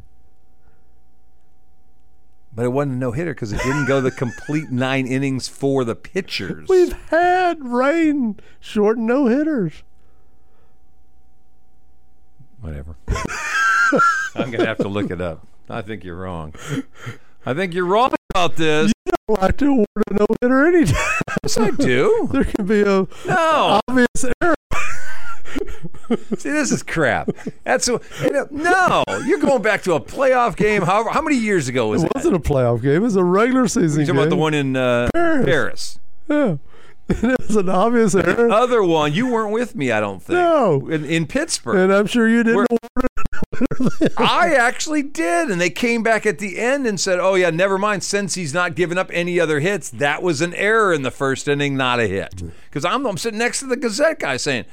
But it wasn't a no hitter because it didn't go the complete nine innings for the pitchers. We've had rain short no hitters. Whatever. I'm gonna have to look it up. I think you're wrong. I think you're wrong about this. I like to award a no hitter anytime. Yes, I do. There can be a No. obvious error. See, this is crap. That's a, you know, no. You're going back to a playoff game. However, how many years ago was It that? wasn't a playoff game. It was a regular season You game. talking about the one in uh, Paris. Paris. Yeah. And it was an obvious error. Other one, you weren't with me, I don't think. No. in, in Pittsburgh, and uh, I'm sure you didn't. I actually did, and they came back at the end and said, "Oh yeah, never mind. Since he's not giving up any other hits, that was an error in the first inning, not a hit." Mm. Because I'm, I'm sitting next to the Gazette guy saying,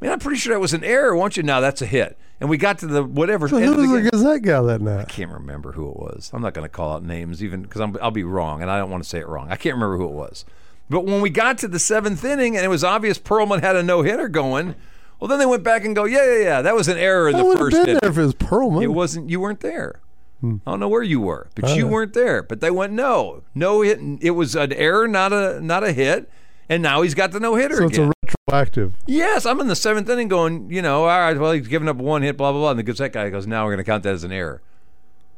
"Man, I'm pretty sure that was an error, weren't you? Now that's a hit." And we got to the whatever. So end who of the was game. the Gazette guy that night? can't remember who it was. I'm not going to call out names, even because I'll be wrong, and I don't want to say it wrong. I can't remember who it was. But when we got to the seventh inning, and it was obvious Perlman had a no hitter going, well, then they went back and go, yeah, yeah, yeah, that was an error in I the would have first been inning. there Hmm. if it was Perlman. It wasn't. You weren't there. I don't know where you were, but Uh. you weren't there. But they went no, no hit. It was an error, not a not a hit. And now he's got the no hitter so it's again. a retroactive. Yes, I'm in the seventh inning going, you know, all right, well, he's giving up one hit, blah, blah, blah. And the Gazette guy goes, now we're going to count that as an error.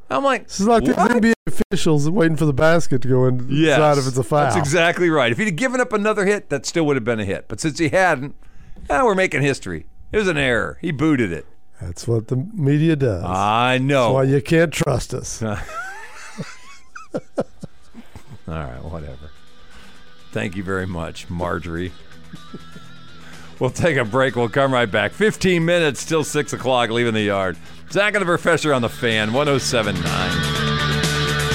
I'm like, This is like these what? NBA officials waiting for the basket to go in Yes. inside if it's a foul. That's exactly right. If he'd have given up another hit, that still would have been a hit. But since he hadn't, now we're making history. It was an error. He booted it. That's what the media does. I know. Well, you can't trust us. All right, whatever. Thank you very much, Marjorie. we'll take a break. We'll come right back. 15 minutes, till 6 o'clock, leaving the yard. Zach and the Professor on the fan, 1079.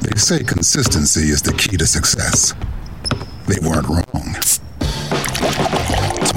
They say consistency is the key to success. They weren't wrong. So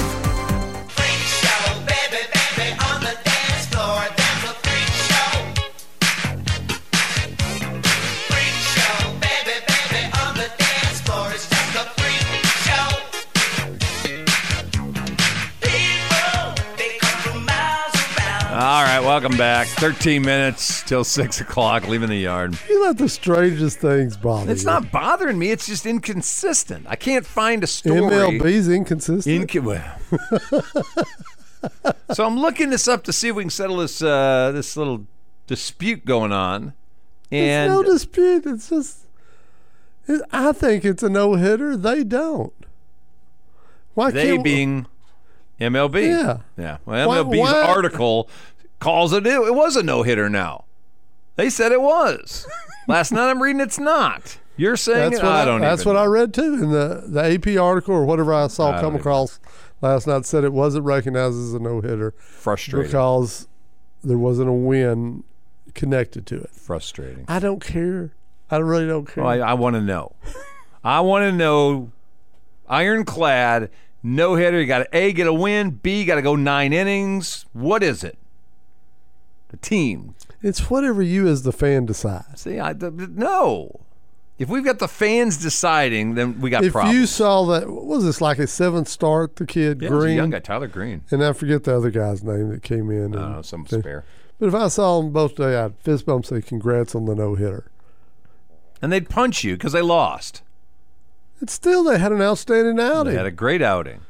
All right, welcome back. 13 minutes till 6 o'clock, leaving the yard. You let the strangest things bother It's you. not bothering me, it's just inconsistent. I can't find a story. MLB's inconsistent. Inca- well. so I'm looking this up to see if we can settle this uh, this little dispute going on. There's And no dispute. It's just, it, I think it's a no hitter. They don't. Why they can't being MLB. Yeah. Yeah. Well, Why- MLB's why- article calls it it was a no hitter now. They said it was. Last night I'm reading it's not. You're saying That's it? what I don't That's even what I know. read too in the the AP article or whatever I saw don't come even- across last night. Said it wasn't recognized as a no hitter frustrating. because there wasn't a win connected to it. frustrating. I don't care. I really don't care. Well, I, I want to know. I want to know ironclad, no hitter. You got to A, get a win. B, got to go nine innings. What is it? The team. it's whatever you as the fan decide. See, I th- th- no. If we've got the fans deciding, then we got If problems. you saw that, what was this like a seventh start? The kid yeah, it was a Green young guy, Tyler Green. and I forget the other guy's name that came in. I don't and- know, some spare. But if I saw them both today, I'd fist bump and say, "Congrats on the no hitter." And they'd punch you because they lost. It's still they had an outstanding outing. They had a great outing.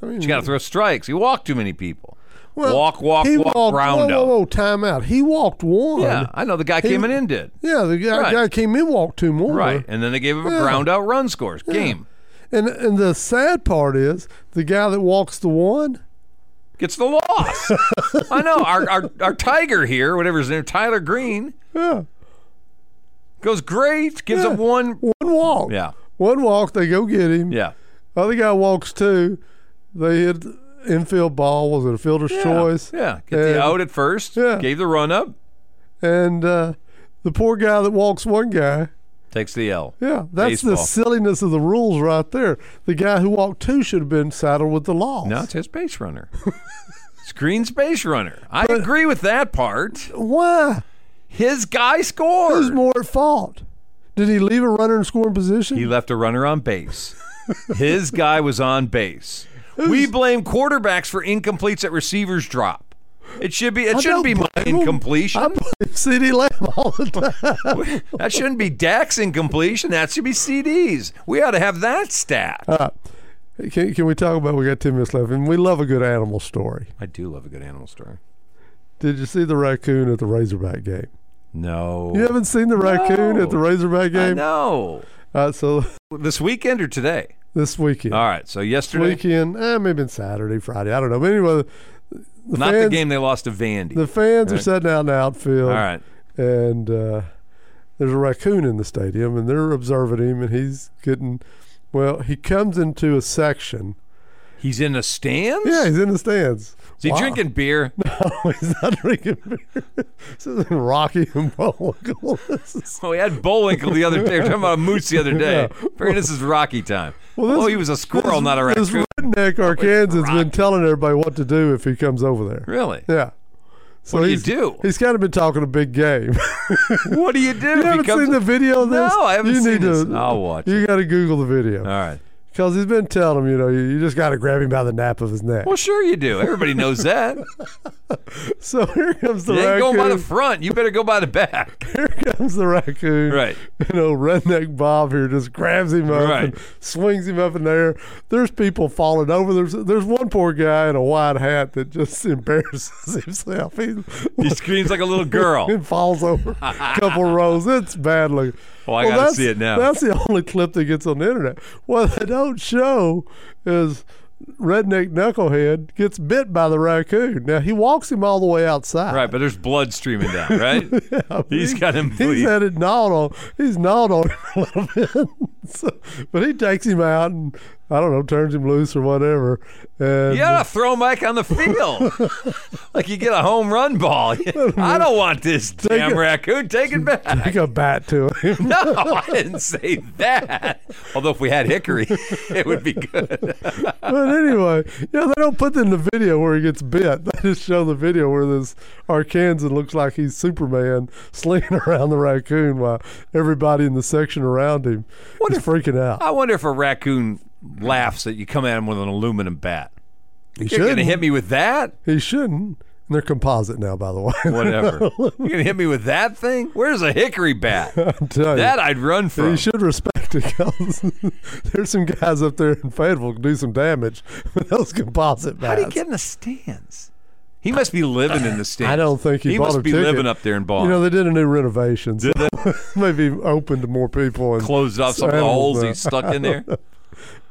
I mean, But you got to throw strikes. You walk too many people. Well, walk, walk, he walk, walked, round whoa, up. Whoa, whoa, time out. He walked one. Yeah, I know the guy He- came in and did. Yeah, the guy, Right. guy came in, walked two more. Right. And then they gave him a Yeah. ground out run scores. Game. And and the sad part is the guy that walks the one, gets the loss. I know our, our our tiger here, whatever his name, Tyler Green, yeah, goes great, gives Yeah. up one. one walk. Yeah, One walk, they go get him. yeah. Other guy walks two. They hit infield ball, was it a fielder's choice? Yeah, get and, the out at first. yeah. gave the run up, And uh, the poor guy that walks one guy. takes the L. Yeah, that's the Baseball. silliness of the rules right there. The guy who walked two should have been saddled with the loss. Now it's his base runner. it's Green's base runner. I agree with that part. Why? His guy scored. Who's more at fault? Did he leave a runner in scoring position? He left a runner on base. His guy was on base. We blame quarterbacks for incompletes that receivers drop. It should be. It shouldn't don't be my blame him. incompletion. I blame CD Lamb all the time. that shouldn't be DAX incompletion. That should be CDs. We ought to have that stat. Uh, Can, can we talk about? We got ten minutes left, and we love a good animal story. I do love a good animal story. Did you see the raccoon at the Razorback game? No. You haven't seen the raccoon at the Razorback game? No. All right, so This weekend or today? this weekend, All right. So yesterday, weekend, eh, maybe it's Saturday, Friday, I don't know. But anyway, the not the fans- game they lost to Vandy. The fans are Right. sitting out in the outfield. All right. and uh, there's a raccoon in the stadium, and they're observing him, and he's getting. Well, he comes into a section. He's in the stands. Yeah, he's in the stands. Is he Wow. drinking beer? No, he's not drinking beer. This is Rocky and Bullwinkle. This is- Oh, we had Bullwinkle the other day. We were talking about a moose the other day. Apparently, this is Rocky time. Well, this- oh, he was a squirrel, this- not a raccoon. This redneck Arkansas has been telling everybody what to do if he comes over there. really? Yeah. So What do you he's- do? He's kind of been talking a big game. What do you do? you haven't seen the video of this? No, I haven't you seen need this. To, I'll watch You got to Google the video. All right. Because he's been telling him, you know, you, you just got to grab him by the nape of his neck. Well, sure you do. Everybody knows that. So here comes the you ain't raccoon. going by the front. You better go by the back. here comes the raccoon. Right. You know, redneck Bob here just grabs him up Right. and swings him up in the air. There's people falling over. There's there's one poor guy in a wide hat that just embarrasses himself. He, He screams like a little girl. and falls over a couple rows. It's bad looking. Well, Oh, I gotta that's- see it now. That's the only clip that gets on the internet. What they don't show is redneck knucklehead gets bit by the raccoon. Now he walks him all the way outside. Right, but there's blood streaming down, right? he's got him He's bleed. had it gnawed on. He's gnawed on a little bit, so, but he takes him out and I don't know, turns him loose or whatever. And You gotta throw him back on the field, like you get a home run ball. I don't want this damn it- raccoon. Take it back. take a bat to him. No, I didn't say that. Although if we had hickory, it would be good. but anyway, you know, they don't put in the video where he gets bit. They just show the video where this Arkansan looks like he's Superman slinging around the raccoon while everybody in the section around him is freaking out. I wonder if a raccoon laughs that you come at him with an aluminum bat. He You're gonna hit shouldn't. me with that? He shouldn't. And they're composite now, by the way. Whatever. You're gonna hit me with that thing? Where's a hickory bat? I'm telling you. That I'd run You from. should respect it because there's some guys up there in Fayetteville who can do some damage with those composite How bats. did he get in the stands? He must be living in the stands. I don't think he, he bought must a be ticket. living up there in Boston. You know, they did a new renovation, so maybe open to more people and Closed off some of the animals holes now. he's stuck in there.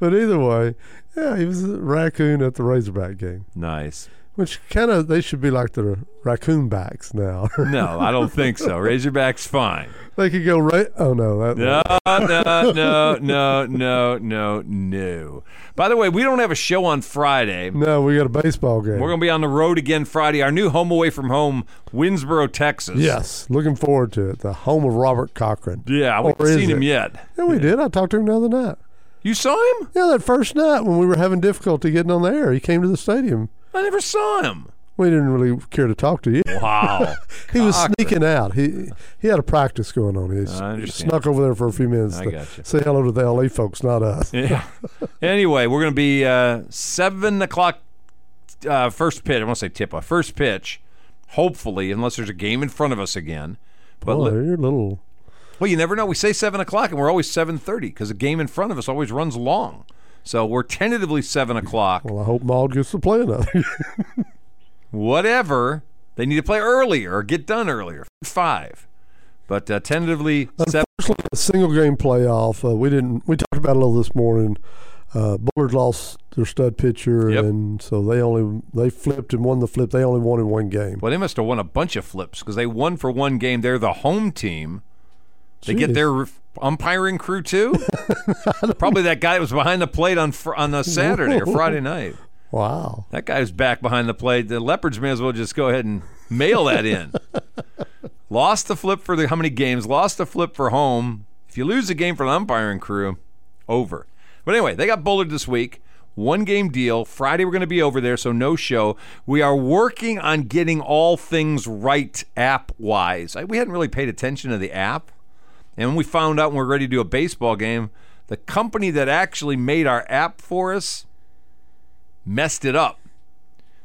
But either way, yeah, he was a raccoon at the Razorback game, Nice. which kind of they should be like the raccoon backs now. No, I don't think so. Razorback's fine. they could go right. Oh no, that, No, no, no, no, no, no, no. By the way, we don't have a show on Friday. no, we got a baseball game. We're going to be on the road again Friday. Our new home away from home, Winsboro, Texas. yes, looking forward to it. The home of Robert Cochran. Yeah, I Or haven't is seen him it? yet. Yeah, we did. I talked to him the other night. You saw him? Yeah, that first night when we were having difficulty getting on the air, he came to the stadium. I never saw him. We didn't really care to talk to you. Wow. He was Cochran. sneaking out. He he had a practice going on. He I understand. snuck over there for a few minutes I to gotcha. say hello to the LA folks, not us. Yeah. anyway, we're going to be uh, seven o'clock. Uh, first pitch. I want to say tip off. First pitch. Hopefully, unless there's a game in front of us again. But Oh, li- you're little. well, you never know. We say seven o'clock, and we're always seven thirty because the game in front of us always runs long. So we're tentatively seven o'clock. Well, I hope Maud gets to play another. Whatever. They need to play earlier or get done earlier. Five. But uh, tentatively seven. a single game playoff. Uh, we didn't. We talked about it a little this morning. Uh, Bullard lost their stud pitcher, Yep. and so they only they flipped and won the flip. They only won in one game. Well, they must have won a bunch of flips because they won for one game. They're the home team. They get Jeez. their ref- umpiring crew too. Probably that guy that was behind the plate on fr- on a Saturday or Friday night. Wow. That guy was back behind the plate. The Leopards may as well just go ahead and mail that in. lost the flip for the how many games? Lost the flip for home. If you lose a game for an umpiring crew, over. But anyway, they got bullied this week. One game deal. Friday we're going to be over there, so no show. We are working on getting all things right app wise. We hadn't really paid attention to the app. And when we found out when we are ready to do a baseball game, the company that actually made our app for us messed it up.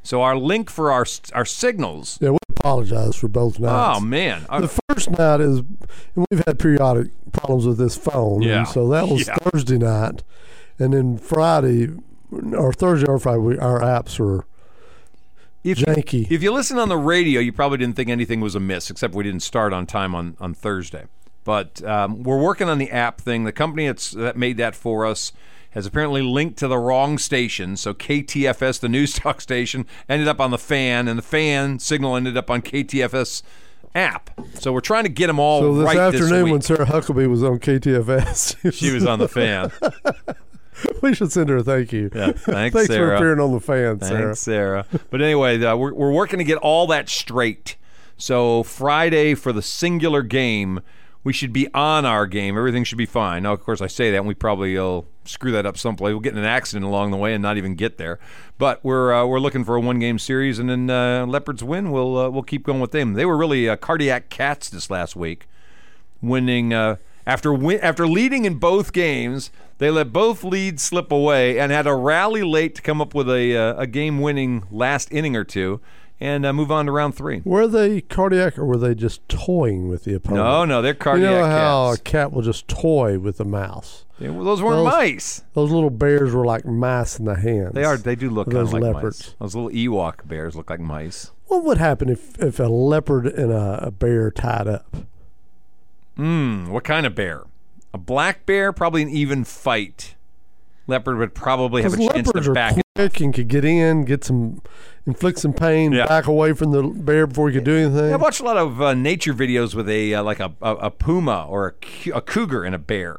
So our link for our our signals. Yeah, we apologize for both nights. Oh man, Uh, the first night is, and we've had periodic problems with this phone. Yeah. And so that was Yeah. Thursday night, and then Friday, or Thursday or Friday, we, our apps were if you, janky. if you listen on the radio, you probably didn't think anything was amiss, except we didn't start on time on on Thursday. But um, we're working on the app thing. The company that's, that made that for us has apparently linked to the wrong station. So KTFS, the news talk station, ended up on the fan, and the fan signal ended up on KTFS app. So we're trying to get them all so this right afternoon, week. when Sarah Huckabee was on KTFS, she was on the fan. we should send her a thank you. Yeah, thanks, for Sarah. appearing on the fan, Sarah. Thanks, Sarah. But anyway, uh, we're, we're working to get all that straight. So Friday for the singular game, we should be on our game. Everything should be fine. Now, of course, I say that, and we probably will screw that up someplace. We'll get in an accident along the way and not even get there. But we're uh, we're looking for a one game series, and then uh, Leopards win. We'll uh, we'll keep going with them. They were really uh, cardiac cats this last week winning uh, After win- after leading in both games, they let both leads slip away and had a rally late to come up with a uh, a game winning last inning or two, and uh, move on to round three. Were they cardiac or were they just toying with the opponent? No, no, they're cardiac You know how cats. a cat will just toy with a mouse. Yeah, well, those weren't Those- mice. Those little bears were like mice in the hands. They are. They do look kind those of like leopards. mice. Those little Ewok bears look like mice. What would happen if, if a leopard and a, a bear tied up? Hmm, what kind of bear? A black bear, probably an even fight. Leopard would probably have a chance leopards to are back it. quick and could get in, get some, inflict some pain, Yeah. back away from the bear before he could do anything. I watch a lot of uh, nature videos with a uh, like a, a, a puma or a, cu- a cougar and a bear.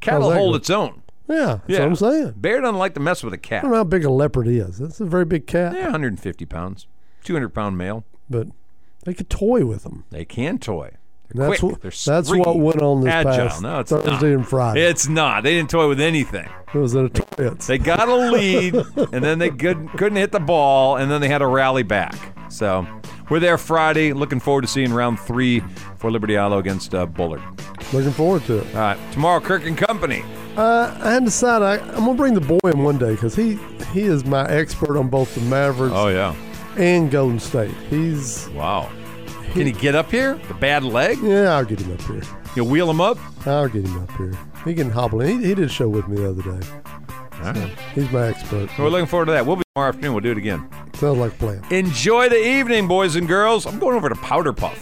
Cattle How's that hold go? its own. yeah, that's what I'm saying. Bear doesn't like to mess with a I cat. don't know how big a leopard is. That's a very big cat, Yeah, 150 pounds, 200 pound male. but they could toy with them. They can toy. And They're that's quick. what They're that's springy, what went on this agile. past No, it's not. Thursday and Friday. It's not. They didn't toy with anything. it was at a toyance. They got a lead, and then they could, couldn't hit the ball, and then they had to rally back. So we're there Friday. Looking forward to seeing round three for Liberty Islo against uh, Bullard. Looking forward to it. All right, tomorrow Kirk and Company. Uh, I hadn't decided. I, I'm gonna bring the boy in one day because he he is my expert on both the Mavericks Oh, yeah, and Golden State. He's wow. Can he get up here? The bad leg? yeah, I'll get him up here. You wheel him up? I'll get him up here. He can hobble. in. He, he did a show with me the other day. He's my expert. We're looking forward to that. We'll be tomorrow afternoon. We'll do it again. Sounds like a plan. Enjoy the evening, boys and girls. I'm going over to Powder Puff.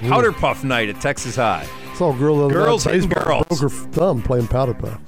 Powder Puff night at Texas High. Saw a girl the other Girls night. hitting baseball, girls. Broke her thumb playing powder puff.